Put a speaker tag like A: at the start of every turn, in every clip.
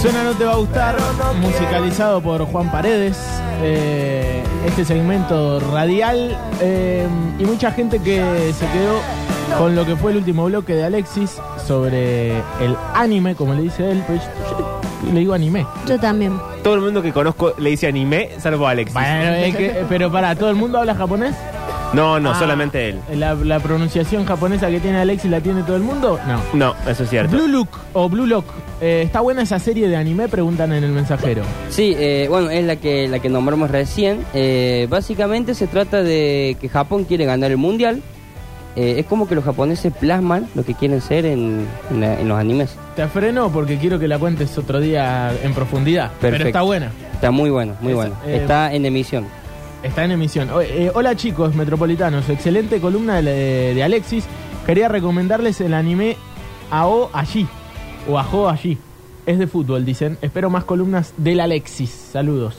A: Suena No Te Va a Gustar, musicalizado por Juan Paredes. eh, este segmento radial eh, y mucha gente que se quedó con lo que fue el último bloque de Alexis sobre el anime, como le dice él. Pero yo, yo le digo anime.
B: Yo también.
C: Todo el mundo que conozco le dice anime, salvo Alexis.
A: Bueno, es que- pero para, ¿todo el mundo habla japonés?
C: No, no,
A: Ah,
C: solamente él.
A: La, la pronunciación japonesa que tiene Alexis la tiene todo el mundo? No.
C: No, eso es cierto.
A: Blue Look o Blue Lock. eh, ¿Está buena esa serie de anime? Preguntan en el mensajero.
D: Sí, eh, bueno, es la que, la que nombramos recién. Eh, básicamente se trata de que Japón quiere ganar el mundial. Eh, es como que los japoneses plasman lo que quieren ser en, en la- en los animes.
A: Te freno porque quiero que la cuentes otro día en profundidad. Pero
D: Perfecto.
A: está buena.
D: Está muy bueno, muy
A: Esa,
D: bueno.
A: eh,
D: Está en emisión.
A: Está en emisión. O- eh, hola chicos, metropolitanos. Excelente columna de, de Alexis. Quería recomendarles el anime Ao Allí. O Ajo Allí. Es de fútbol, dicen. Espero más columnas del Alexis. Saludos.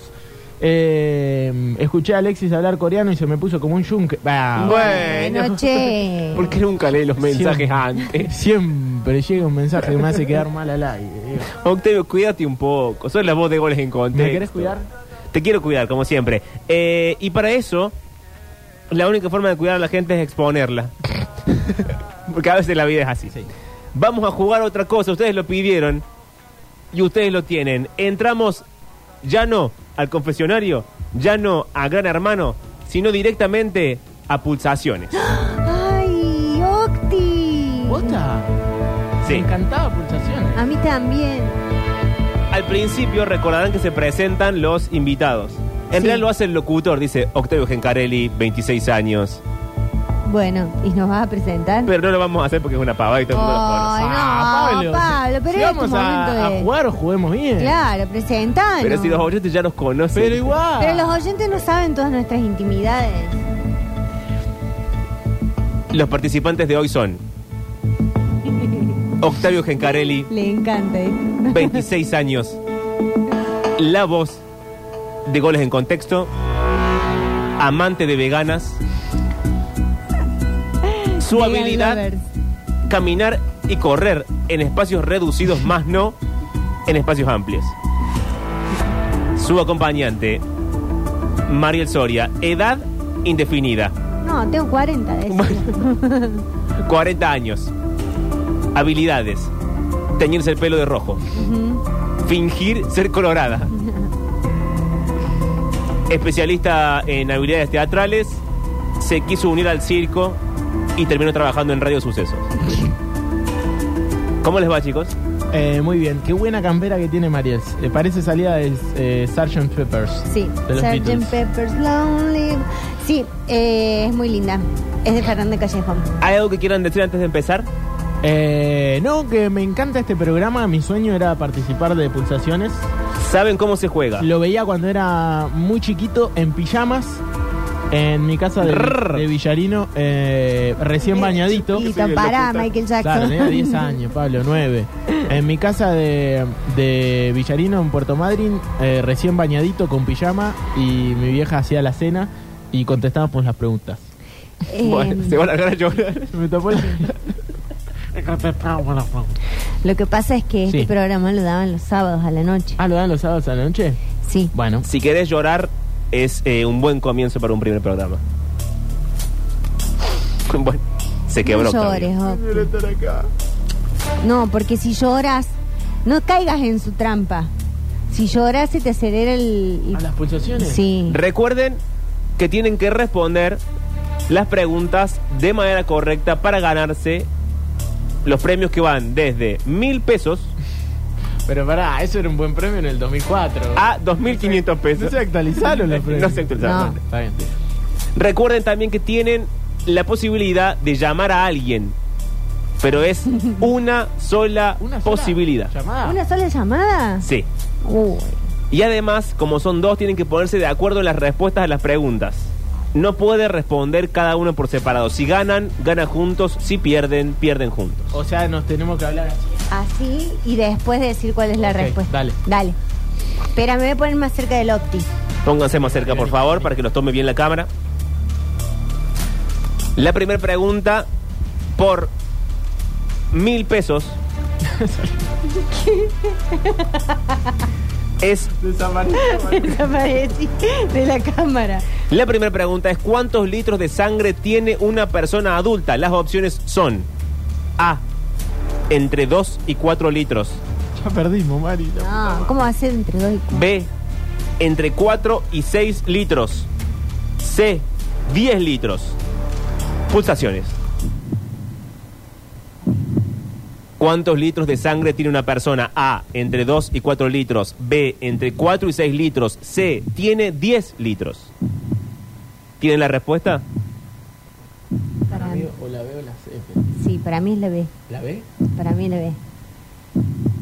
A: Eh, escuché a Alexis hablar coreano y se me puso como un Ah, yunque. Bah,
C: Bueno,
B: Noche.
C: porque nunca leí los mensajes
A: Siempre.
C: antes.
A: eh, Siempre llega un mensaje que me hace quedar mal al aire. digo.
C: Octavio, cuídate un poco. Soy la voz de goles en contexto.
A: ¿Me querés cuidar?
C: Te quiero cuidar, como siempre. Eh, y para eso, la única forma de cuidar a la gente es exponerla. Porque a veces la vida es así. Vamos a jugar otra cosa. Ustedes lo pidieron y ustedes lo tienen. Entramos ya no al confesionario, ya no a Gran Hermano, sino directamente a pulsaciones.
B: Ay, Octi.
A: ¿Posta? Me
C: Sí.
A: encantaba pulsaciones.
B: A mí también.
C: Al principio recordarán que se presentan los invitados. En
B: Sí.
C: realidad lo hace el locutor, dice Octavio Gencarelli, 26 años.
B: Bueno, ¿y nos vas a presentar?
C: Pero no lo vamos a hacer porque es una pavada y todo el mundo lo conoce.
B: Ay, no, Pablo, pero
A: ah, si
B: es tu
A: vamos a,
B: momento de-
A: a jugar, juguemos bien.
B: Claro, presentanos.
C: Pero si los oyentes ya nos conocen.
A: Pero igual.
B: Pero los oyentes no saben todas nuestras intimidades.
C: Los participantes de hoy son Octavio Gencarelli,
B: Le encanta ¿eh? esto.
C: 26 años. La voz de goles en contexto. Amante de veganas. Su
B: Vegan
C: habilidad,
B: lovers.
C: caminar y correr en espacios reducidos, más no en espacios amplios. Su acompañante, Mariel Soria, edad indefinida.
B: No, tengo 40 de eso.
C: Bueno. 40 años. Habilidades. Teñirse el pelo de rojo. Fingir ser colorada. Especialista en habilidades teatrales. Se quiso unir al circo y terminó trabajando en Radio Sucesos. ¿Cómo les va, chicos?
A: Eh, muy bien, qué buena campera que tiene Mariel. Eh, parece salida de eh, Sgt. Peppers.
B: Sí,
A: de los
B: Sgt.
A: Beatles.
B: Pepper's Lonely. Sí, eh, es muy linda. Es de Fernando Callejón.
C: ¿Hay algo que quieran decir antes de empezar?
A: Eh, no, que me encanta este programa. Mi sueño era participar de pulsaciones.
C: ¿Saben cómo se juega?
A: Lo veía cuando era muy chiquito, en pijamas, en mi casa de,
C: Rrr.
A: de Villarino, eh, recién
B: Mira,
A: bañadito.
B: chiquito, pará, Michael Jackson.
A: Claro, tenía 10 años, Pablo, 9. En mi casa de, de Villarino, en Puerto Madryn, eh, recién bañadito con pijama y mi vieja hacía la cena y contestábamos las preguntas.
B: Eh,
C: Bueno, se van a largar a llorar.
A: Me tapó la...
B: Lo que pasa es que
A: Sí.
B: este programa lo daban los sábados a la noche.
A: Ah, ¿lo dan los sábados a la noche?
B: Sí.
A: Bueno,
C: Si querés llorar, es eh, un buen comienzo para un primer programa. Bueno, se quebró.
B: no
C: Octavio.
B: llores, Octi. No, porque si lloras, no caigas en su trampa. Si lloras, se te acelera el.
A: ¿a las pulsaciones?
B: Sí.
C: Recuerden que tienen que responder las preguntas de manera correcta para ganarse los premios que van desde mil pesos
A: Pero pará, eso era un buen premio en el 2004.
C: a dos mil quinientos
A: No
C: pesos.
A: se actualizaron los premios.
C: No se actualizaron.
B: No.
A: Está bien.
C: Recuerden también que tienen la posibilidad de llamar a alguien, pero es una sola
A: Una sola
C: posibilidad.
A: Llamada.
B: ¿Una sola llamada?
C: Sí.
B: Uy.
C: Y además, como son dos, tienen que ponerse de acuerdo en las respuestas a las preguntas. No puede responder cada uno por separado. Si ganan, ganan juntos. Si pierden, pierden juntos.
A: O sea, nos tenemos que hablar así.
B: Así y después decir cuál es la
A: Ok,
B: respuesta.
A: dale.
B: Dale. Espera, me voy a poner más cerca del Opti.
C: Pónganse más cerca, por favor, para que los tome bien la cámara. La primera pregunta, por mil pesos, Es
B: Desaparecí de la cámara.
C: la primera pregunta es ¿cuántos litros de sangre tiene una persona adulta? Las opciones son A entre 2 y 4 litros,
A: Ya perdimos, Mari. la
B: No, ¿cómo va a ser entre dos y cuatro?
C: B entre 4 y 6 litros, C 10 litros. Pulsaciones. ¿Cuántos litros de sangre tiene una persona? A entre 2 y 4 litros, B entre 4 y 6 litros, C tiene 10 litros. ¿Tienen la respuesta?
B: Para mí-
A: o la veo la C.
B: sí, para mí es la B.
A: ¿La B?
B: Para mí es la B.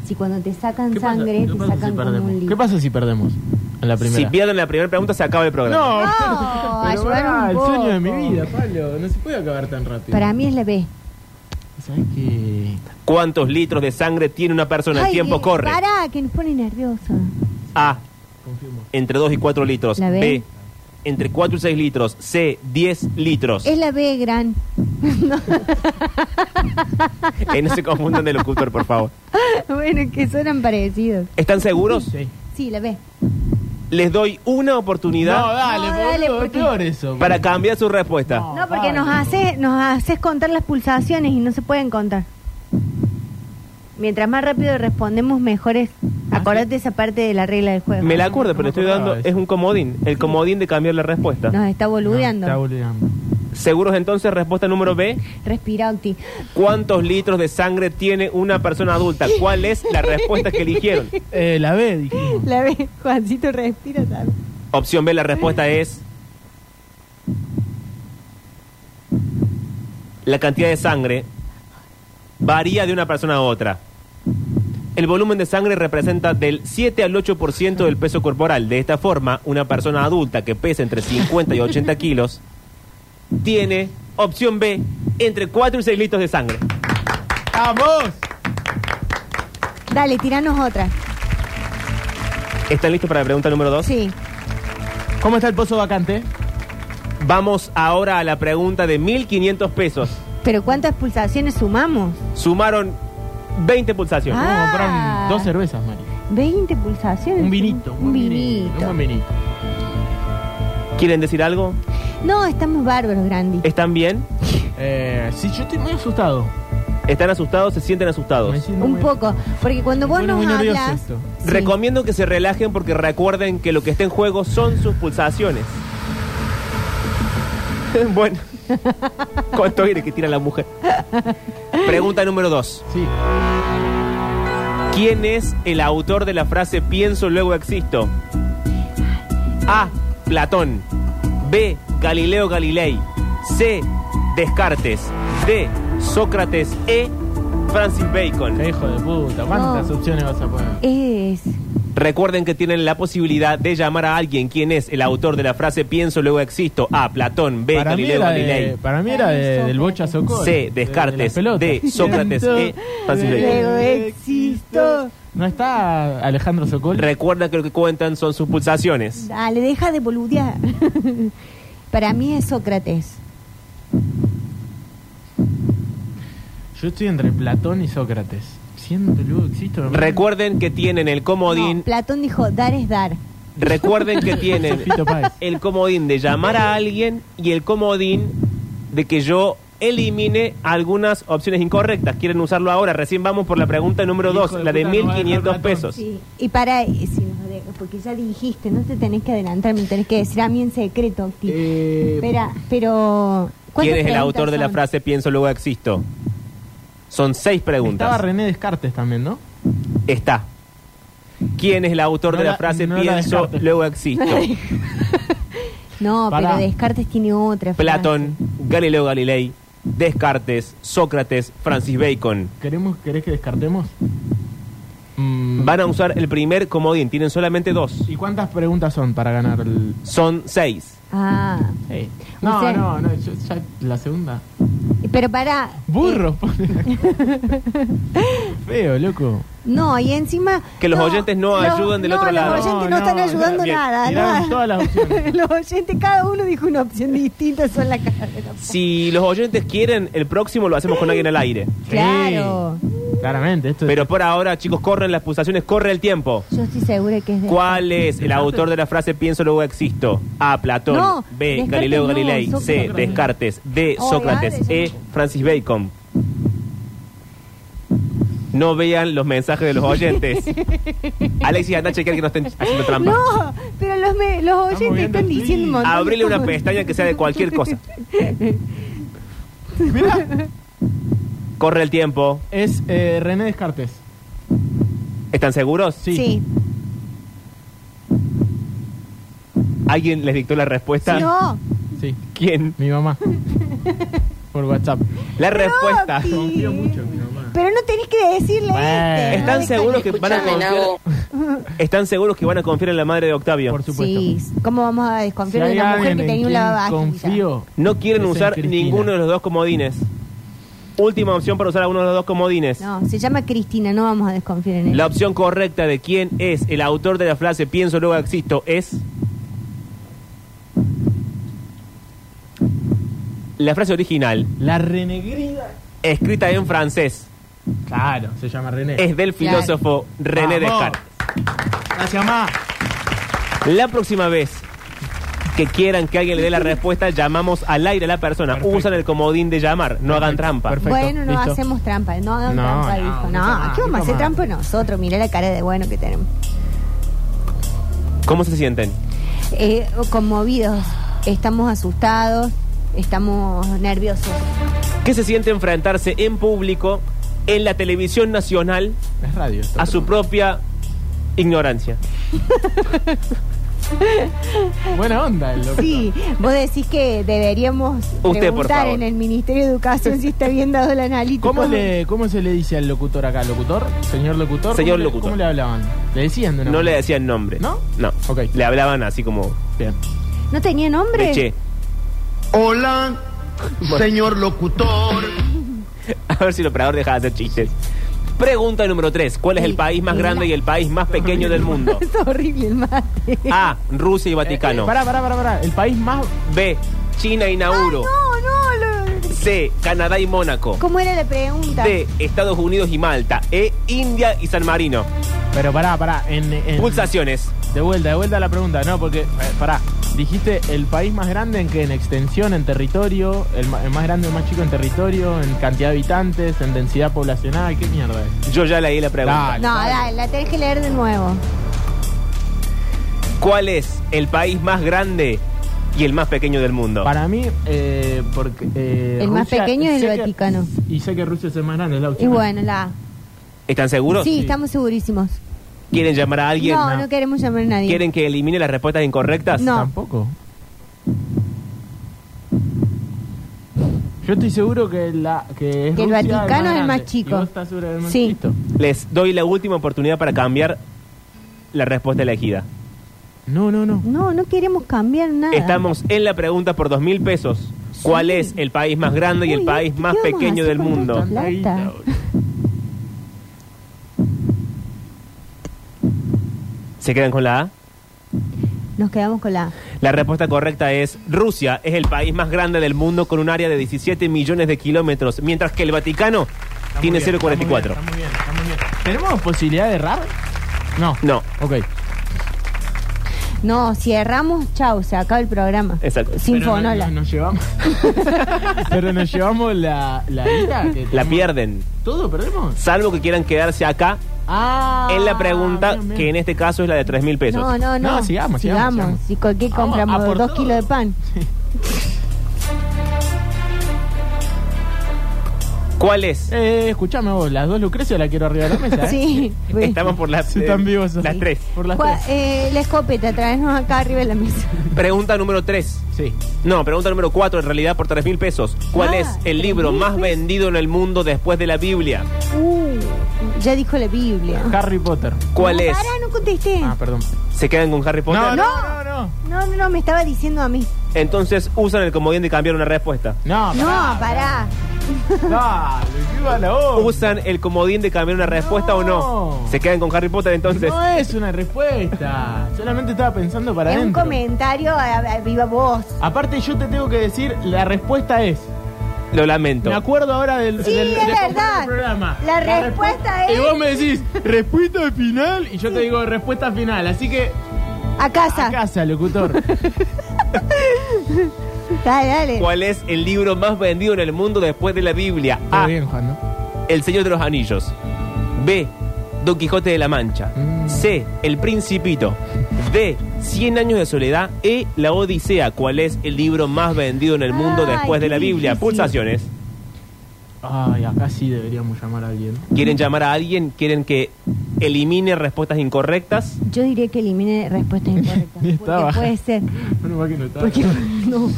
B: Si cuando te sacan sangre, te sacan con un
A: ¿Qué
B: litro.
A: pasa si perdemos? En la primera.
C: Si pierden la primera pregunta, se acaba el programa.
B: No,
A: Pero,
B: ayudaron
A: ah,
B: un
A: el
B: poco.
A: sueño de mi vida, Pablo. No se puede acabar tan rápido.
B: Para mí es la B.
A: ¿Sabes qué?
C: ¿Cuántos litros de sangre tiene una persona? El
B: Ay, eh,
C: tiempo
B: que-
C: corre.
B: Pará, que nos pone nerviosa.
C: A.
A: Confirmo.
C: Entre 2 y 4 litros.
B: La B.
C: B. Entre 4 y 6 litros. C. 10 litros.
B: Es la B, gran.
C: Eh, no se confundan de locutor, por favor.
B: bueno, que suenan parecidos.
C: ¿Están seguros?
A: Sí.
B: Sí, la B.
C: Les doy una
A: No,
C: oportunidad
A: dale,
B: No, dale,
A: boludo,
B: porque-
A: peor eso.
C: para cambiar su respuesta.
A: No.
B: No, porque nos haces nos haces contar las pulsaciones y no se pueden contar. Mientras más rápido respondemos, mejores. Acordate esa parte de la regla del juego.
C: ¿Ah, Me la acuerdo, pero le estoy dando. Es un comodín. El comodín de cambiar la respuesta.
B: Nos está boludeando.
A: Está boludeando.
C: ¿Seguros entonces? Respuesta número B.
B: Respira, Octi.
C: ¿Cuántos litros de sangre tiene una persona adulta? ¿Cuál es la respuesta que eligieron?
A: Eh, la B, dijimos.
B: La B, Juancito, respira también.
C: Opción B, la respuesta es. La cantidad de sangre varía de una persona a otra. El volumen de sangre representa del 7 al 8% del peso corporal. De esta forma, una persona adulta que pesa entre 50 y 80 kilos tiene, opción B, entre 4 y 6 litros de sangre.
B: Ah,
A: ¡Vamos!
B: Dale, tiranos otra.
C: ¿Están listos para la pregunta número 2?
B: Sí.
A: ¿Cómo está el pozo vacante?
C: Vamos ahora a la pregunta de 1.500 pesos.
B: Pero ¿cuántas pulsaciones sumamos?
C: Sumaron 20 pulsaciones.
A: Vamos a
B: Ah.
A: comprar dos cervezas, Mari.
B: 20 pulsaciones.
A: Un vinito.
B: Un
A: Un buen
B: vinito.
A: vinito.
C: ¿Quieren decir algo?
B: No, estamos bárbaros, Grandi.
C: ¿Están bien?
A: Eh, sí, yo estoy muy asustado.
C: ¿Están asustados? ¿Se sienten
A: Me
C: asustados?
A: siento
B: Un
A: muy-
B: poco. Porque cuando
A: Me
B: vos
A: pone
B: nos
A: muy nervioso
B: hablas.
A: esto.
B: Sí.
C: Recomiendo que se relajen porque recuerden que lo que está en juego son sus pulsaciones. bueno, ¿cuánto aire que tira la mujer? Pregunta número dos.
A: Sí.
C: ¿Quién es el autor de la frase pienso luego existo? A. Platón. B. Galileo Galilei. C. Descartes. D. Sócrates. E. Francis Bacon.
A: Qué hijo de puta. ¿Cuántas
B: No.
A: opciones vas a poner?
B: Es.
C: Recuerden que tienen la posibilidad de llamar a alguien quien es el autor de la frase pienso luego existo. A. Platón. B.
A: para, mí
C: Galileo
A: era de,
C: Galilei.
A: para mí era de- del Bocha Socol.
C: C. Descartes. D. Sócrates. E. Francis Bacon.
B: Luego existo.
A: ¿No está Alejandro Sokol?
C: Recuerda que lo que cuentan son sus pulsaciones.
B: Dale, deja de boludear. Para mí es Sócrates.
A: Yo estoy entre Platón y Sócrates. Siento luego existo. ¿no?
C: Recuerden que tienen el comodín.
B: No, Platón dijo, dar es dar.
C: Recuerden que tienen
A: Fito Páez.
C: el comodín de llamar a alguien y el comodín de que yo elimine algunas opciones incorrectas. Quieren usarlo ahora. Recién vamos por la pregunta número
A: Hijo
C: 2,
A: de
C: la de
A: puta, no va a dejar
C: 1.500
A: ratón.
C: pesos.
B: Sí. Y para, si nos de- porque ya dijiste, no te tenés que adelantar, me tenés que decir a mí en secreto. Octi.
A: Eh,
B: Espera, pero... ¿cuántas
C: ¿Quién es el
B: preguntas
C: autor de la
B: son?
C: frase pienso luego existo? Son seis
A: Estaba
C: preguntas.
A: René Descartes también, ¿no?
C: Está. ¿Quién es el autor
A: No
C: de la,
A: la-
C: frase
A: no la
C: pienso
A: descartes.
C: luego existo?
B: No,
A: Pará.
B: pero Descartes tiene otra. frase.
C: Platón, Galileo Galilei, Descartes, Sócrates, Francis Bacon.
A: ¿Queremos, ¿Querés que descartemos? Mm,
C: Van a usar el primer comodín. Tienen solamente dos.
A: ¿Y cuántas preguntas son para ganar el.?
C: Son seis.
B: Ah,
A: No,
B: Usted-
A: no, no, yo- ya la segunda.
B: pero para... eh,
A: Burro, Feo, loco.
B: No, y encima...
C: Que los oyentes no ayudan del otro lado.
B: los oyentes no,
A: No,
B: están
A: no,
B: ayudando
C: bien,
B: nada.
A: tiraron
B: nada.
A: todas las opciones.
B: los oyentes, cada uno dijo una opción distinta, son la cara de la-
C: Si los oyentes quieren, el próximo lo hacemos con alguien al aire.
A: Sí.
B: Claro.
A: claramente. Esto es-
C: Pero por ahora, chicos, corren las pulsaciones, corre el tiempo.
B: Yo estoy segura que es de.
C: ¿Cuál es el autor de la frase pienso luego existo? A. Platón.
B: No,
C: B.
B: Descartes
C: Galileo
B: no,
C: Galilei. C.
B: Sócrates.
C: Descartes. D.
B: Oh,
C: Sócrates.
B: dale,
C: E. Francis Bacon. No vean los mensajes de los oyentes. Alexis, anda a chequear que no estén haciendo trampa.
B: No, pero los, me- los oyentes
A: viendo
B: están
A: aquí.
B: diciendo un montón de
C: Abrile una
B: cosas.
C: pestaña que sea de cualquier cosa. Corre el tiempo.
A: Es eh, René Descartes.
C: ¿Están seguros?
A: Sí.
B: Sí.
C: ¿Alguien les dictó la respuesta?
B: No.
A: Sí,
C: ¿Quién?
A: mi mamá. Por WhatsApp.
C: La respuesta.
B: Pi.
A: Confío mucho en mi mamá.
B: Pero no tenés que decirle.
A: Bueno.
B: este,
C: ¿Están
B: no,
C: seguros que van a
E: Escuchame,
C: confiar?
E: Nabo.
C: ¿Están seguros que van a confiar en la madre de Octavio?
A: Por supuesto.
B: Sí, ¿cómo vamos a
A: Si
B: desconfiar
A: hay
B: de una mujer
A: alguien
B: que
A: en
B: tenía un
A: quien
B: lavavajillas?
A: confío.
C: No quieren
A: es en
C: usar
A: Cristina.
C: ninguno de los dos comodines. Última opción para usar alguno de los dos comodines.
B: No, se llama Cristina, no vamos a desconfiar en
C: La
B: ella.
C: opción correcta de quién es el autor de la frase pienso luego existo es... La frase original,
A: La renegrida.
C: escrita en francés,
A: Claro, se llama René.
C: es del
B: Claro.
C: filósofo René
A: Vamos.
C: Descartes.
A: Gracias, mamá.
C: La próxima vez que quieran que alguien le dé la respuesta, llamamos al aire a la persona.
A: Perfecto.
C: Usan el comodín de llamar, no hagan trampa.
A: perfecto,
B: bueno, no
A: listo.
B: hacemos trampa, no hagan
A: No,
B: trampa,
A: no,
B: dijo.
A: nunca
B: No,
A: más,
B: ¿qué vamos
A: nunca
B: a hacer
A: más.
B: trampa nosotros? Mirá la cara de bueno que tenemos.
C: ¿Cómo se sienten?
B: Eh, conmovidos, estamos asustados, estamos nerviosos.
C: ¿Qué se siente enfrentarse en público, en la televisión nacional,
A: Es radio. esto.
C: a su propia ignorancia?
A: Buena onda el loco.
B: Sí, vos decís que deberíamos
C: por
B: preguntar
C: favor.
B: en el Ministerio de Educación si está bien dado el analítico.
A: ¿Cómo, le, ¿Cómo se le dice al locutor acá? ¿Locutor? ¿Señor locutor?
C: Señor
A: ¿Cómo le-
C: locutor.
A: ¿Cómo le hablaban? ¿Le decían de una
C: No le
A: manera?
C: decían nombre.
A: ¿No?
C: No.
A: Ok.
C: Le hablaban así como
A: Bien.
B: ¿No tenía nombre?
C: de che.
F: Hola, señor locutor.
C: A ver si el operador deja de hacer chistes. Pregunta número 3. ¿Cuál es el
B: Sí,
C: país más
B: mira.
C: grande y el país más pequeño del mundo?
B: Está horrible el mate.
C: A. Rusia
A: Eh,
C: y
A: eh,
C: Vaticano.
A: pará, pará, pará, pará. El país más.
C: B. China y Nauru.
B: No, Ah, no, lo-
C: C. Canadá y Mónaco.
B: ¿Cómo era la pregunta?
C: D. Estados Unidos y Malta. E. India y San Marino.
A: Pero pará, pará. En, en-
C: Pulsaciones.
A: De vuelta, de vuelta a la pregunta. No, porque. eh, pará. Dijiste el país más grande en que en extensión, en territorio, el, ma- el más grande, el más chico en territorio, en cantidad de habitantes, en densidad poblacional, qué mierda es.
C: Yo ya leí la pregunta.
A: Dale.
B: No, dale, la tenés que leer de nuevo.
C: ¿Cuál es el país más grande y el más pequeño del mundo?
A: Para mí, eh, porque. eh,
B: El más
A: Rusia-
B: pequeño es el
A: sé que-
B: Vaticano.
A: y sé que Rusia es el más grande, es la
B: Y
A: última.
B: bueno, la.
C: ¿Están seguros?
B: Sí, estamos segurísimos.
C: ¿Quieren llamar a alguien?
B: No, no, queremos llamar a nadie.
C: ¿Quieren que elimine las respuestas incorrectas?
B: No.
A: Tampoco. Yo estoy seguro que, la, que es
B: Que el
A: Rusia
B: Vaticano es el más
A: grande.
B: chico.
A: ¿Y vos estás segura del más
B: Sí.
A: chiquito?
C: Les doy la última oportunidad para cambiar la respuesta elegida.
A: No, no, no.
B: No, no queremos cambiar nada.
C: Estamos en la pregunta por dos mil pesos. ¿Cuál es el país más grande y el
B: Uy,
C: país
B: ¿qué
C: más
B: vamos a
C: pequeño
B: hacer
C: del
B: con
C: mundo?
B: tanta plata?
A: Guita, boludo.
C: ¿Se quedan con la A?
B: Nos quedamos con la.
C: La respuesta correcta es Rusia es el país más grande del mundo con un área de 17 millones de kilómetros, mientras que el Vaticano
A: Está muy
C: tiene
A: bien,
C: 0,44.
A: Está muy bien, está muy bien. ¿Tenemos posibilidad de errar? No.
C: No,
A: Ok.
B: No, si erramos, chau, se acaba el programa.
C: exacto.
B: Sin
A: Pero no-
B: fonola.
A: no- Nos llevamos. Pero nos llevamos la, la guita que
C: La
A: tenemos.
C: pierden,
A: ¿Todo perdemos?
C: salvo que quieran quedarse acá
A: Ah.
C: en la pregunta
A: bien, bien.
C: que en este caso es la de 3 mil pesos.
B: No, no, no.
A: No, sigamos, sigamos, sigamos.
B: Si con qué
A: Vamos,
B: compramos
A: a por
B: dos
A: todo.
B: kilos de pan.
C: ¿Cuál es?
A: Eh, escuchame vos, las dos Lucrecia la quiero arriba de la mesa. ¿eh?
B: Sí. pues.
C: Estamos por las, eh,
A: Sí, están vivos.
C: las
A: Sí.
C: 3.
A: Por las
B: Juan,
A: tres.
B: eh, la escopeta, traernos acá arriba de la mesa.
C: Pregunta número 3.
A: Sí.
C: No, pregunta número 4, en realidad por 3 mil pesos. ¿Cuál
B: Ah,
C: es el
B: 3.000
C: libro más
B: pesos.
C: vendido en el mundo después de la Biblia?
B: Uh, ya dijo la Biblia.
A: Harry Potter.
C: ¿Cuál
B: No,
C: es?
B: Pará, no contesté.
A: Ah, perdón.
C: ¿Se quedan con Harry Potter?
A: No, no, no, no.
B: No, no, no, me estaba diciendo a mí.
C: Entonces usan el comodín de cambiar una respuesta.
A: No,
B: No, pará.
A: Dale, qué mala onda.
C: ¿Usan el comodín de cambiar una respuesta o no?
A: No.
C: ¿Se quedan con Harry Potter entonces?
A: No es una respuesta. Solamente estaba pensando para
B: Es un
A: adentro.
B: comentario a, a viva voz.
A: Aparte yo te tengo que decir, la respuesta es
C: Lo lamento.
A: Me acuerdo ahora del,
B: Sí,
A: del-
B: es
A: del
B: verdad.
A: compañero del programa.
B: La respuesta
A: respu-
B: es-
A: Y vos me decís, respuesta final. Y yo te digo, respuesta final. Así que,
B: A casa.
A: a casa, locutor.
B: Dale, dale.
C: ¿Cuál es el libro más vendido en el mundo después de la Biblia?
A: Todo
C: A.
A: bien, Juan, ¿no?
C: El Señor de los Anillos. B. Don Quijote de la Mancha.
A: Mm.
C: C. El Principito. D. Cien años de soledad. E. La Odisea. ¿Cuál es el libro más vendido en el mundo
B: Ay,
C: después de la
B: qué
C: Biblia?
B: difícil.
C: Pulsaciones.
A: Ay, acá sí deberíamos llamar a alguien.
C: ¿Quieren llamar a alguien? ¿Quieren que elimine respuestas incorrectas?
B: Yo diría que elimine respuestas incorrectas.
A: Ni
B: Porque
A: estaba.
B: puede ser.
A: Bueno, va que no está.
B: Porque, no,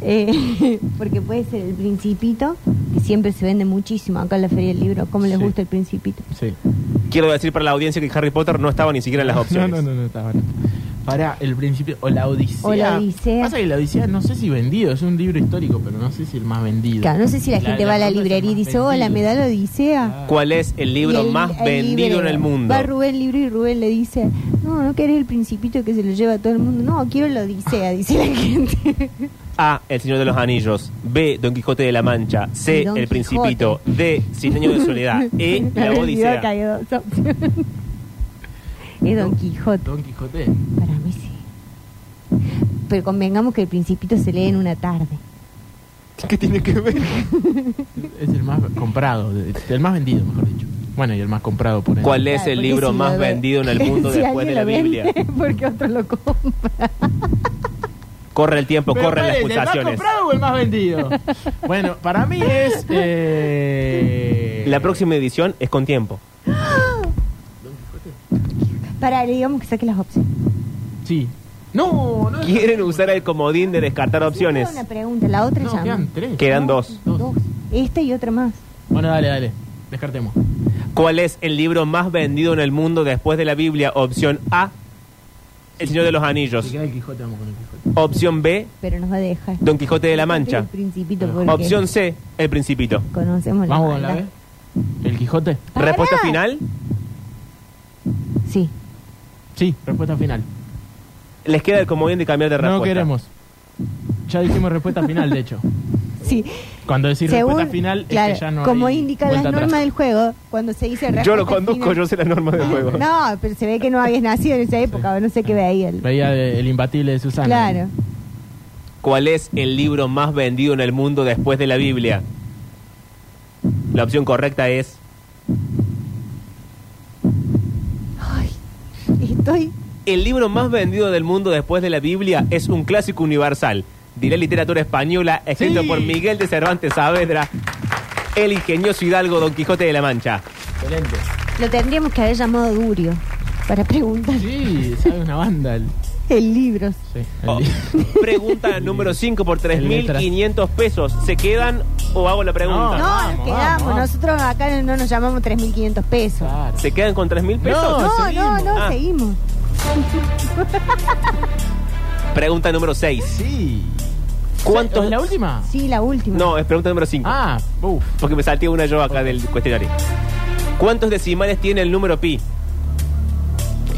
B: eh, porque puede ser el Principito, que siempre se vende muchísimo acá en la Feria del Libro. ¿Cómo les
A: Sí.
B: gusta el Principito?
A: Sí.
C: Quiero decir para la audiencia que Harry Potter no estaba ni siquiera en las
A: No,
C: opciones.
A: no, no, no está bueno. Para el principio, o la Odisea.
B: O la Odisea.
A: Pasa que la Odisea no sé si vendido, es un libro histórico, pero no sé si el más vendido.
B: Claro, no sé si la, gente va a la
A: cosa
B: librería y
A: más
B: dice, oh, la
A: vendida".
B: medalla Odisea.
C: ¿Cuál es Ah. el libro
B: Y el-
C: más
B: el
C: vendido
B: librero.
C: en el mundo?
B: Va Rubén Libro y Rubén le dice, no, no querés el Principito que se lo lleva a todo el mundo. No, quiero la
C: Ah.
B: Odisea, dice la gente.
C: A. El Señor de los Anillos. B. Don Quijote de la Mancha. C.
B: Don
C: el Principito. D. Cien años de soledad. E.
B: Me
C: La
B: había olvidado que
C: Odisea.
B: había dos opciones. Es Don Quijote,
A: Don Quijote.
B: para mí sí. Pero convengamos que el Principito se lee en una tarde.
C: ¿Qué tiene que ver?
A: Es el más comprado, de- el más vendido, mejor dicho. Bueno, y el más comprado por él.
C: ¿Cuál es
B: Claro,
C: el
B: porque
C: libro
B: si lo
C: más
B: ve-
C: vendido en el mundo
B: si
C: después
B: alguien
C: de la
B: lo vende,
C: Biblia?
B: Porque otro lo compra.
C: Corre el tiempo,
A: Pero,
C: corren las
A: ¿cuál es, ¿El
C: pulsaciones.
A: más comprado o el más vendido? bueno, para mí es. eh,
C: La próxima edición es con tiempo.
B: Para, le digamos que saque las opciones.
A: Sí. No, no.
C: ¿Quieren usar el comodín de descartar opciones?
B: Una pregunta, la otra
A: No,
B: llama.
A: quedan tres.
C: Quedan dos.
B: Dos. Esta y otra más.
A: Bueno, dale, dale. Descartemos.
C: ¿Cuál es el libro más vendido en el mundo después de la Biblia? Opción A. El Señor de los
A: Si
C: Anillos.
A: queda el Quijote, vamos con el Quijote.
C: Opción B.
B: Pero nos va a dejar.
C: Don Quijote de la
B: El
C: Mancha.
B: principito, porque
C: Opción C. El Principito.
B: Conocemos
A: Vamos con la B.
B: banda.
A: ¿El Quijote?
B: Pará.
C: ¿Respuesta final?
B: Sí.
A: Sí, respuesta final.
C: Les queda el comodín de cambiar de respuesta.
A: No queremos. Ya dijimos respuesta final, de hecho.
B: Sí.
A: Cuando decís respuesta final,
B: claro,
A: es que ya no
B: como
A: hay
B: indican las
A: vuelta
B: normas
A: atrás.
B: del juego, cuando se dice
C: Yo
B: respuesta
C: lo conduzco,
B: final-
C: yo sé las normas del juego.
B: No, pero se ve que no habías nacido en esa época, o no sé qué veía el...
A: Veía de- el imbatible de Susana.
B: Claro.
C: ¿Cuál es el libro más vendido en el mundo después de la Biblia? La opción correcta es
B: Ay, estoy...
C: el libro más vendido del mundo después de la Biblia es un clásico universal de la literatura española escrito
A: Sí.
C: por Miguel de Cervantes Saavedra, el ingenioso hidalgo Don Quijote de la Mancha.
A: Excelente.
B: Lo tendríamos que haber llamado Durio para preguntar
A: Sí, sabe una banda. el-
B: el libro.
A: sí, el-
C: Oh. Pregunta número 5 por
A: Letras.
C: 3.500 pesos. ¿Se quedan o hago la pregunta?
B: No,
A: Vamos,
B: nos quedamos.
A: vamos.
B: Nosotros acá no nos llamamos 3.500 pesos.
A: Claro.
C: ¿Se quedan con 3.000 pesos?
A: No,
B: no,
A: Ah, seguimos.
B: no, no,
C: Ah.
B: seguimos.
C: Ah, Pregunta número 6.
A: Sí.
C: ¿Cuántos-
A: ¿Es la última?
B: Sí, la última.
C: No, es pregunta número 5.
A: Ah, uff.
C: Porque me salté una yo acá del cuestionario. ¿Cuántos decimales tiene el número pi?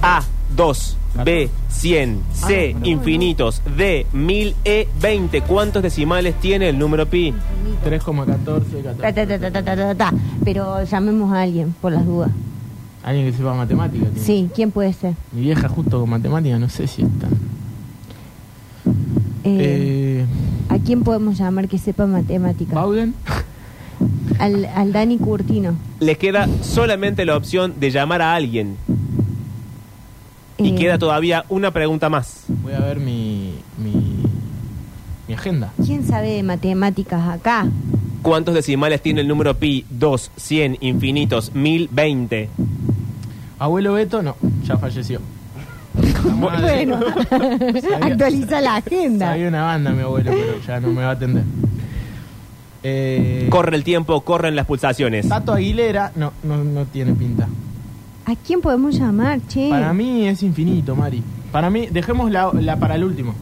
C: A, 2, B, 100, C,
A: Ah, no.
C: infinitos, D, 1000, E, 20. ¿Cuántos decimales tiene el número pi?
A: 3,14.
B: Ta, ta, ta, ta, ta, ta, ta, ta. Pero llamemos a alguien, por las dudas.
A: Alguien que sepa matemáticas. tiene.
B: Sí, ¿quién puede ser?
A: Mi vieja justo con matemáticas, no sé si está.
B: Eh,
A: Eh,
B: ¿A quién podemos llamar que sepa matemática?
A: Bauden.
B: Al, al Dani Curtino.
C: Les queda solamente la opción de llamar a alguien. Y
B: Eh,
C: queda todavía una pregunta más.
A: Voy a ver mi, mi, mi agenda.
B: ¿Quién sabe de matemáticas acá?
C: ¿Cuántos decimales tiene el número pi? 2, 100, infinitos, 1000, 20.
A: Abuelo Beto, no, ya falleció.
B: Bueno, actualiza la agenda.
A: Había una banda, mi abuelo, pero ya no me va a atender. Eh,
C: Corre el tiempo, corren las pulsaciones.
A: Tato Aguilera, no, no, no tiene pinta.
B: ¿A quién podemos llamar, che?
A: Para mí es infinito, Mari. Para mí, dejemos la, la para el último.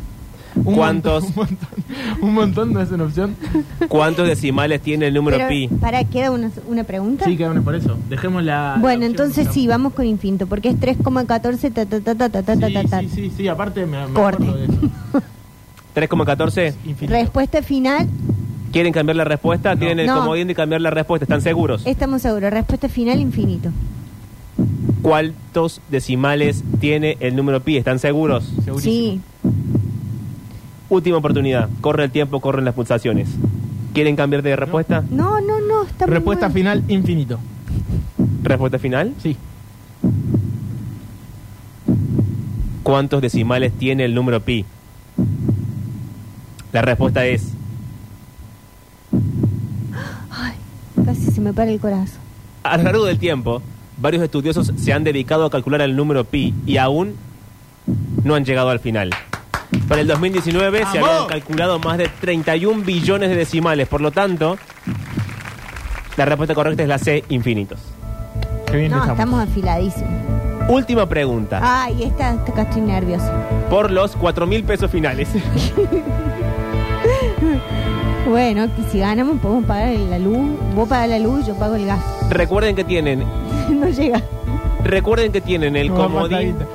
A: Un
C: ¿Cuántos?
A: montón, un montón, un montón no es una opción.
C: ¿Cuántos decimales tiene el número
B: Pero,
C: pi?
B: ¿Para queda una, una pregunta?
A: Sí, quedamos por eso. Dejemos la.
B: bueno,
A: la opción,
B: entonces
A: digamos.
B: sí, vamos con infinito, porque es 3,14 ta ta ta ta ta ta ta ta, ta.
A: Sí, sí, sí, sí, aparte me, me
B: Corte.
A: acuerdo de eso.
C: 3,14.
A: Infinito.
B: Respuesta final,
C: ¿Quieren cambiar la respuesta? ¿Tienen el
B: No. Eh.
C: comodín de cambiar la respuesta? ¿Están seguros?
B: Estamos seguros. Respuesta final, infinito.
C: ¿Cuántos decimales tiene el número pi? ¿Están seguros?
B: Sí.
C: Última oportunidad. Corre el tiempo, corren las pulsaciones. ¿Quieren cambiar de respuesta?
B: No, no, no. Está muy
A: Respuesta
B: bueno.
A: final, infinito.
C: ¿Respuesta final?
A: Sí.
C: ¿Cuántos decimales tiene el número pi? La respuesta es
B: Casi se me para el corazón.
C: A lo largo del tiempo, varios estudiosos se han dedicado a calcular el número pi y aún no han llegado al final. Para el 2019 se
A: ¡Vamos!
C: habían calculado más de 31 billones de decimales, por lo tanto, la respuesta correcta es la C, infinitos.
A: Qué bien
B: No,
A: que
B: estamos afiladísimos.
C: Última
A: Ah.
C: pregunta,
B: Ay, esta, esta acá estoy nerviosa.
C: por los 4 mil pesos finales.
B: Bueno, que si ganamos podemos pagar la luz. Vos pagas la luz, yo pago el gas.
C: recuerden que tienen,
B: no llega.
C: recuerden que tienen el
A: No,
C: comodín
A: matadita.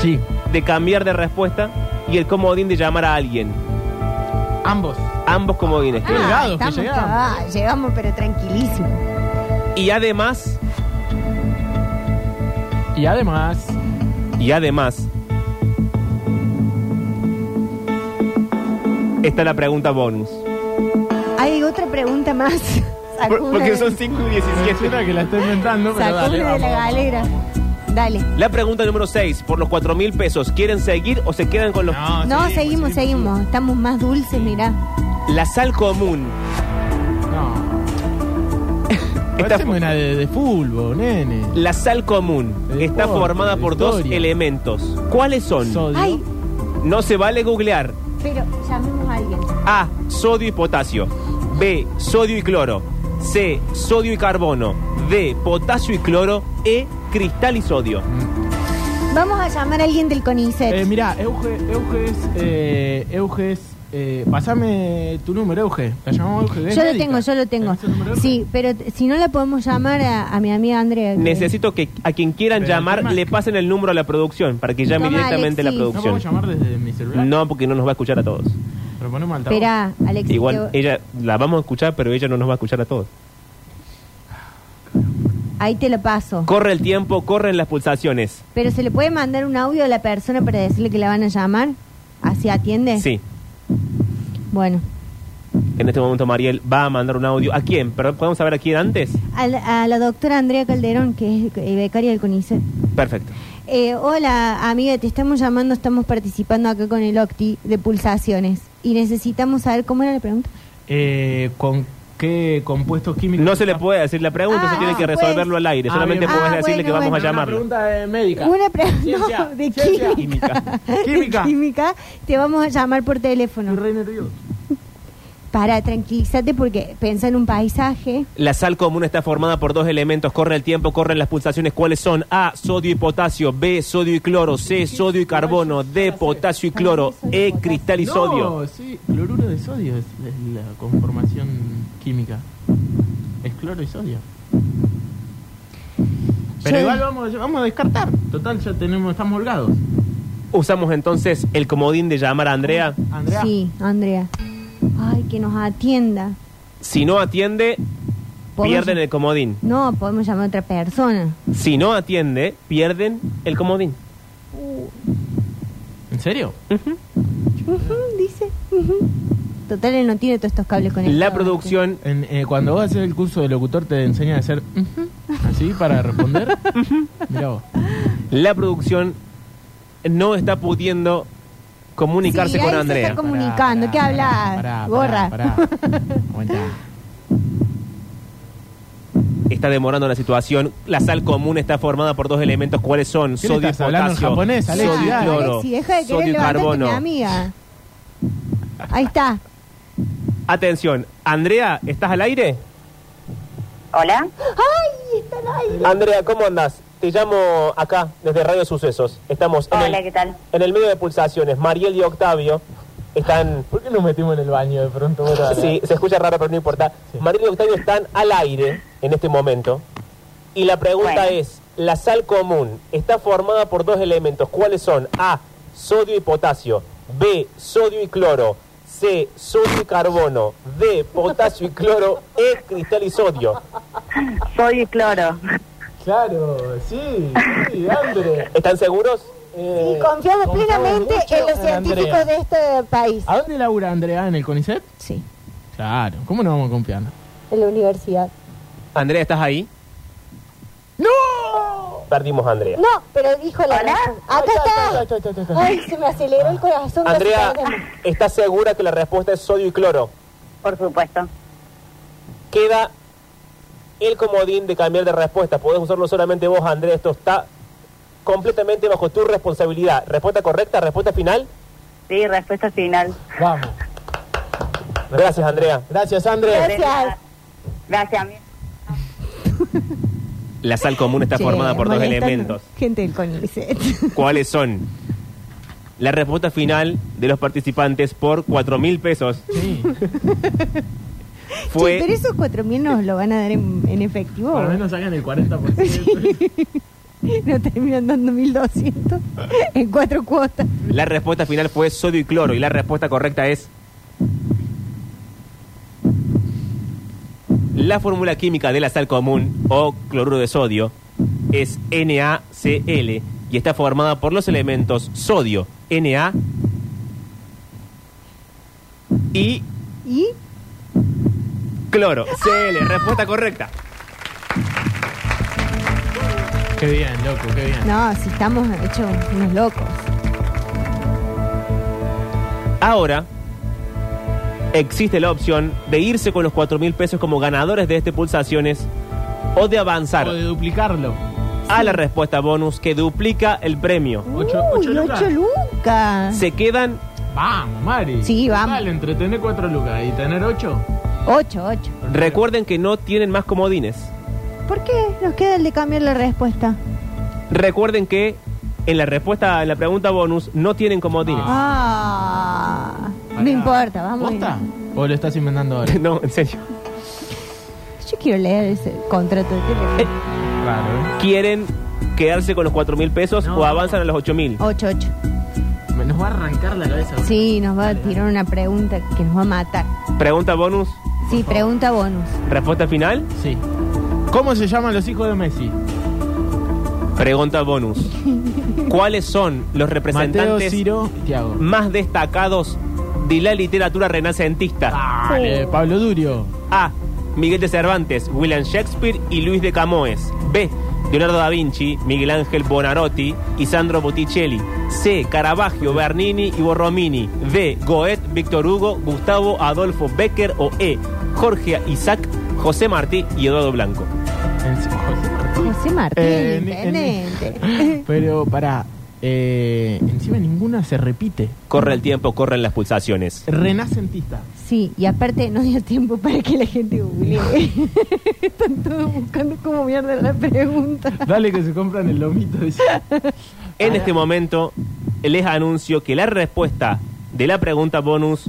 A: Sí,
C: de cambiar de respuesta y el comodín de llamar a alguien.
A: ambos.
C: Ambos comodines. que-
A: Ah. delgados que
B: estamos
A: llegamos.
B: cagados, llegamos, pero tranquilísimo.
C: Y además,
A: Y además,
C: Y además, está la pregunta bonus.
B: Hay otra pregunta más. Sacó
C: Por-
B: una
C: porque
B: de-
C: son 5 y 17.
A: menciona que la estoy inventando, pero
B: sacó
A: dale,
B: una de la
A: vamos.
B: galera. Dale.
C: La pregunta número 6, por los 4 mil pesos, ¿quieren seguir o se quedan con los...
A: No,
B: no, seguimos, seguimos, Estamos más dulces, mirá.
C: La sal común.
A: No.
C: Está
A: Esta una de, de fútbol, nene.
C: La sal común
A: De
C: está
A: deporte,
C: formada
A: de
C: por dos
A: historia.
C: elementos. ¿Cuáles son?
A: Sodio.
B: Ay,
C: No se vale googlear.
B: pero llamemos a alguien.
C: A, sodio y potasio. B, sodio y cloro. C, sodio y carbono. D, potasio y cloro. E, cristal y sodio.
B: Vamos a llamar a alguien del CONICET.
A: Eh, mirá, Euge, Euge es. Eh, Euge es. Eh, pasame tu número, Euge. La llamamos Euge. es
B: yo lo
A: médica.
B: tengo, yo lo tengo.
A: ¿Tenés el número, Euge?
B: Sí, pero t- si no la podemos llamar a, a mi amiga Andrea. que-
C: Necesito que a quien quieran
A: Pero,
C: llamar
A: toma.
C: le pasen el número a la producción para que llame
B: Toma,
C: directamente a la
A: ¿No
B: Alexis.
A: podemos
C: producción.
A: llamar desde mi
C: No,
A: celular?
C: porque no nos va a escuchar a todos.
A: Pero ponemos altavoz.
B: Esperá, Alexis.
C: Igual
B: te-
C: ella la vamos a escuchar, pero ella no nos va a escuchar a todos.
B: Ahí te lo paso.
C: Corre el tiempo, corren las pulsaciones.
B: Pero se le puede mandar un audio a la persona para decirle que la van a llamar. ¿Así atiende?
C: Sí.
B: Bueno.
C: En este momento Mariel va a mandar un audio. ¿A quién? Pero podemos saber a quién antes.
B: A la, a la doctora Andrea Calderón, que es eh, becaria del CONICET.
C: Perfecto.
B: Eh, hola, amiga, te estamos llamando, estamos participando acá con el OCTI de pulsaciones. Y necesitamos saber cómo era la pregunta.
A: Eh, ¿Con qué compuestos químicos?
C: No se le puede decir la pregunta,
B: Ah,
C: se tiene que
B: pues.
C: resolverlo al aire.
A: Ah,
C: Solamente
A: bien.
C: podés
B: Ah,
C: decirle
B: bueno,
C: que vamos
B: bueno.
C: a
A: Una
C: llamarlo.
A: pregunta de médica.
B: Una pregunta
A: Ciencia,
B: de
A: ciencia.
B: química.
A: Química.
B: De química, te vamos a llamar por
A: Estoy
B: teléfono.
A: re nervioso.
B: Para, tranquilízate porque piensa en un paisaje.
C: La sal común está formada por dos elementos. Corre el tiempo, corren las pulsaciones. ¿Cuáles son? A, sodio y potasio. B, sodio y cloro. C, sodio y carbono. D, potasio y cloro. E, cristal y
A: no,
C: sodio.
A: sí, cloruro de sodio es, es la conformación química. Es cloro y sodio. Pero
B: Yo-
A: igual vamos, vamos a descartar. Total, ya tenemos, estamos holgados.
C: Usamos entonces el comodín de llamar a Andrea.
A: Andrea.
B: Sí, Andrea. Ay, que nos atienda.
C: Si no atiende,
B: ¿Podemos
C: pierden el comodín.
B: No, podemos llamar a otra persona.
C: Si no atiende, pierden el comodín.
A: ¿En serio?
B: Ujú, dice. ujú. Total, él no tiene todos estos cables conectados.
C: La producción
A: En, eh, cuando vos haces el curso de locutor te enseña a hacer "Ujú", así para responder. Mirá vos.
C: La producción no está pudiendo comunicarse
B: Sí, ahí
C: con
B: se
C: Andrea.
B: está com- Comunicando, ¿qué hablas?
A: habla?
B: Gorra.
C: Está demorando la situación. La sal común está formada por dos elementos. ¿Cuáles son?
A: ¿Qué le
C: Sodio y
A: estás hablando en
C: potasio.
A: japonés, Alexis?
C: sodio y
A: Dale,
C: cloro.
B: Si deja de querer
C: sodio y
B: levantarte,
C: carbono.
B: mi amiga. Ahí está.
C: Atención, Andrea, ¿estás al aire?
E: Hola,
B: ¡Ay! Está al aire.
C: Andrea, ¿cómo andás? Te llamo acá, desde Radio Sucesos. Estamos en,
E: hola,
C: el,
E: ¿qué tal?
C: en el medio de pulsaciones. Mariel y Octavio están...
A: ¿Por qué nos metimos en el baño de pronto? Vos
C: Sí, se escucha raro, pero no importa. Mariel y Octavio están al aire en este momento. Y la pregunta
E: Bueno.
C: es, la sal común está formada por dos elementos. ¿Cuáles son? A, sodio y potasio. B, sodio y cloro. C, sodio y carbono, D, potasio y cloro, E, cristal y sodio.
E: Sodio y cloro.
A: Claro, sí, sí, André.
C: ¿Están seguros?
G: Y confiamos plenamente en los científicos de este país,
A: ¿A dónde labura Andrea? ¿En el CONICET?
B: Sí.
A: Claro, ¿cómo no vamos a confiar?
G: en la universidad.
C: Andrea, ¿estás ahí? ¡No! Perdimos a Andrea.
G: No, pero dijo la
E: ¿Hola?
G: razón. Acá
A: Ay,
G: está.
A: ay, ay, ay, ay, ay.
G: Ay, se me aceleró el corazón.
C: Andrea,
G: básicamente.
C: ¿estás segura que la respuesta es sodio y cloro?
E: Por supuesto.
C: Queda el comodín de cambiar de respuesta. Podés usarlo solamente vos, Andrea. Esto está completamente bajo tu responsabilidad. ¿Respuesta correcta? ¿Respuesta final?
E: Sí, respuesta final.
A: Vamos.
C: Gracias, Andrea.
A: Gracias, Andrea.
G: Gracias.
E: Gracias a mí.
C: La sal común está
B: Che,
C: formada por dos
B: molestando
C: elementos.
B: Gente del CONICET.
C: ¿Cuáles son? La respuesta final de los participantes por cuatro mil pesos
A: Sí,
C: fue...
B: Che, pero esos 4.000 nos lo van a dar en, en efectivo.
A: por lo menos sacan el 40%.
B: Nos terminan dando 1.200 en cuatro cuotas.
C: La respuesta final fue sodio y cloro y la respuesta correcta es... La fórmula química de la sal común o cloruro de sodio es NaCl y está formada por los elementos sodio, Na y
B: Y
C: cloro, Cl. Respuesta correcta.
A: Qué bien, loco, qué bien.
B: no, si estamos hechos unos locos.
C: Ahora existe la opción de irse con los 4 mil pesos como ganadores de este pulsaciones o de avanzar
A: O de duplicarlo.
C: a la respuesta bonus que duplica el premio.
A: Ocho-
B: Uy,
A: ocho lucas.
B: ocho lucas.
C: Se quedan
A: Vamos, Mari.
B: Sí, vamos.
A: Vale, entretener cuatro lucas y tener ocho.
B: Ocho, ocho.
C: Recuerden que no tienen más comodines.
B: ¿Por qué nos queda el de cambiar la respuesta?
C: Recuerden que en la respuesta a la pregunta bonus no tienen comodines.
B: Ah,
A: Pará.
B: no importa, vamos.
A: ¿Posta? ¿O lo estás inventando ahora?
C: No, en serio.
B: Yo quiero leer ese contrato de
C: Eh,
B: teléfono.
A: Claro,
C: ¿Quieren quedarse con los 4 mil pesos
A: No.
C: o avanzan a los 8 mil?
B: Ocho, ocho.
A: ¿eh? Nos va a arrancar la cabeza.
B: Sí, nos va a tirar una pregunta que nos va a matar.
C: Pregunta bonus,
B: Sí, pregunta bonus.
C: respuesta final,
A: Sí. ¿Cómo se llaman los hijos de Messi?
C: pregunta bonus. ¿Cuáles son los
A: Mateo,
C: representantes
A: Ciro y Tiago.
C: más destacados de la literatura renacentista?
A: Dale, Pablo Durio.
C: A. Miguel de Cervantes, William Shakespeare y Luis de Camoes. B. Leonardo da Vinci, Miguel Ángel Bonarotti y Sandro Botticelli. C. Caravaggio, Bernini y Borromini. D. Goethe, Víctor Hugo, Gustavo Adolfo Becker o E. Jorge Isaac, José Martí y Eduardo Blanco.
A: En- José Martí.
B: José Martín,
A: Eh, ni-
B: intendente.
A: en- pero para encima ninguna se repite.
C: Corre el tiempo, corren las pulsaciones.
A: Renacentista.
B: Sí, y aparte no dio tiempo para que la gente googlee. Están todos buscando cómo mierda la pregunta.
A: Dale que se compran el lomito. dice.
C: En este momento les anuncio que la respuesta de la pregunta bonus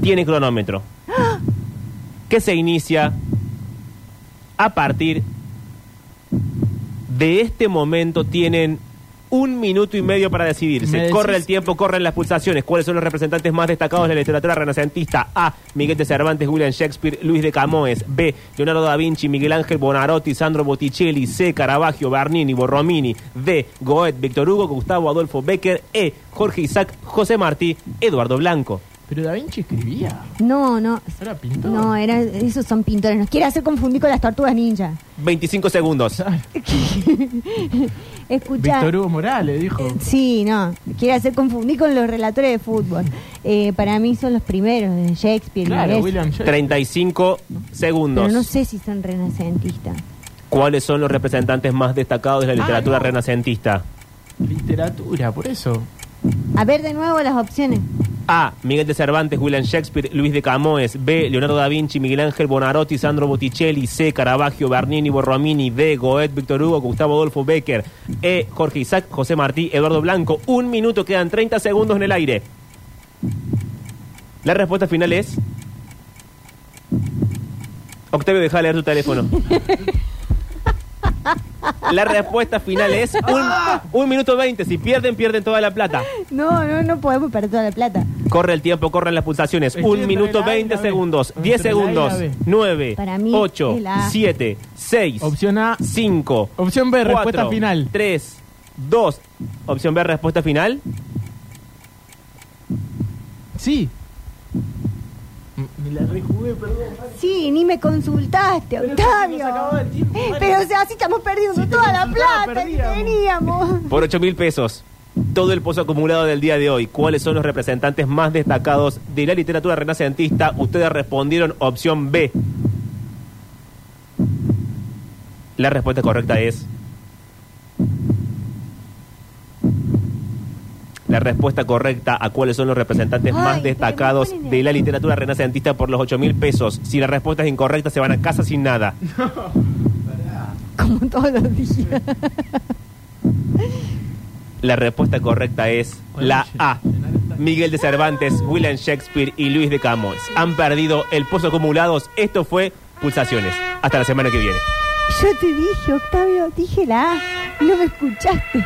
C: tiene cronómetro que se inicia a partir de este momento tienen un minuto y medio para
A: ¿Me
C: decidirse.
A: decís?
C: Corre el tiempo, corren las pulsaciones. ¿Cuáles son los representantes más destacados de la literatura renacentista? A. Miguel de Cervantes, William Shakespeare, Luis de Camoes. B. Leonardo da Vinci, Miguel Ángel Bonarotti, Sandro Botticelli. C. Caravaggio, Bernini, Borromini. D. Goethe, Víctor Hugo, Gustavo Adolfo Becker. E. Jorge Isaac, José Martí, Eduardo Blanco.
A: Pero Da Vinci escribía.
B: No, no.
A: Era pintor.
B: No, eh, era, esos son pintores. Nos quiere hacer confundir con las tortugas ninja.
C: 25 segundos.
B: Escucha.
A: Víctor Hugo Morales dijo.
B: Sí, no. Quiere hacer confundir con los relatores de fútbol. Eh, para mí son los primeros, de Shakespeare.
A: Claro,
B: Borges.
A: William Shakespeare.
C: 35
B: Pero
C: segundos.
B: no sé si son renacentistas.
C: ¿Cuáles son los representantes más destacados de la literatura
A: no.
C: renacentista?
A: Literatura, por eso.
B: A ver de nuevo las opciones.
C: A. Miguel de Cervantes, William Shakespeare, Luis de Camoes. B. Leonardo da Vinci, Miguel Ángel Bonarotti, Sandro Botticelli. C. Caravaggio, Bernini, Borromini. D. Goethe, Víctor Hugo, Gustavo Adolfo Becker. E. Jorge Isaac, José Martí, Eduardo Blanco. Un minuto, quedan 30 segundos en el aire. La respuesta final es... Octavio, deja de leer tu teléfono. La respuesta final es un, un minuto veinte. Si pierden, pierden toda la plata.
B: No, no, no podemos perder toda la plata.
C: Corre el tiempo, corren las pulsaciones.
A: Estoy
C: un
A: entre
C: minuto
A: la A y
C: veinte
A: la B.
C: segundos.
A: Entre
C: Diez
A: la A y la
C: segundos.
A: B.
C: Nueve,
B: Para mí
C: ocho,
B: es la A.
C: siete, seis,
A: Opción A.
C: cinco.
A: Opción B, respuesta
C: cuatro,
A: final.
C: Tres, dos. Opción B, respuesta final.
A: Sí. Me la rejugué, perdón.
B: Sí, ni me consultaste,
A: Pero
B: Octavio.
A: se nos acabó el tiempo, Mari.
B: Pero o sea, así estamos perdiendo
A: Si te
B: toda la
A: consultaba,
B: plata que
A: perdíamos.
B: teníamos.
C: Por 8 mil pesos, todo el pozo acumulado del día de hoy. ¿Cuáles son los representantes más destacados de la literatura renacentista? Ustedes respondieron opción B. La respuesta correcta es. La respuesta correcta a cuáles son los
B: Ay,
C: representantes más
B: pero me
C: destacados
B: ponen
C: de la literatura renacentista por los 8 mil pesos. Si la respuesta es incorrecta, se van a casa sin nada.
B: Como todos los días.
C: La respuesta correcta es la A. Miguel de Cervantes, William Shakespeare y Luis de Camões han perdido el pozo acumulados. Esto fue Pulsaciones. Hasta la semana que viene.
B: Yo te dije, Octavio, dije la A. No me escuchaste.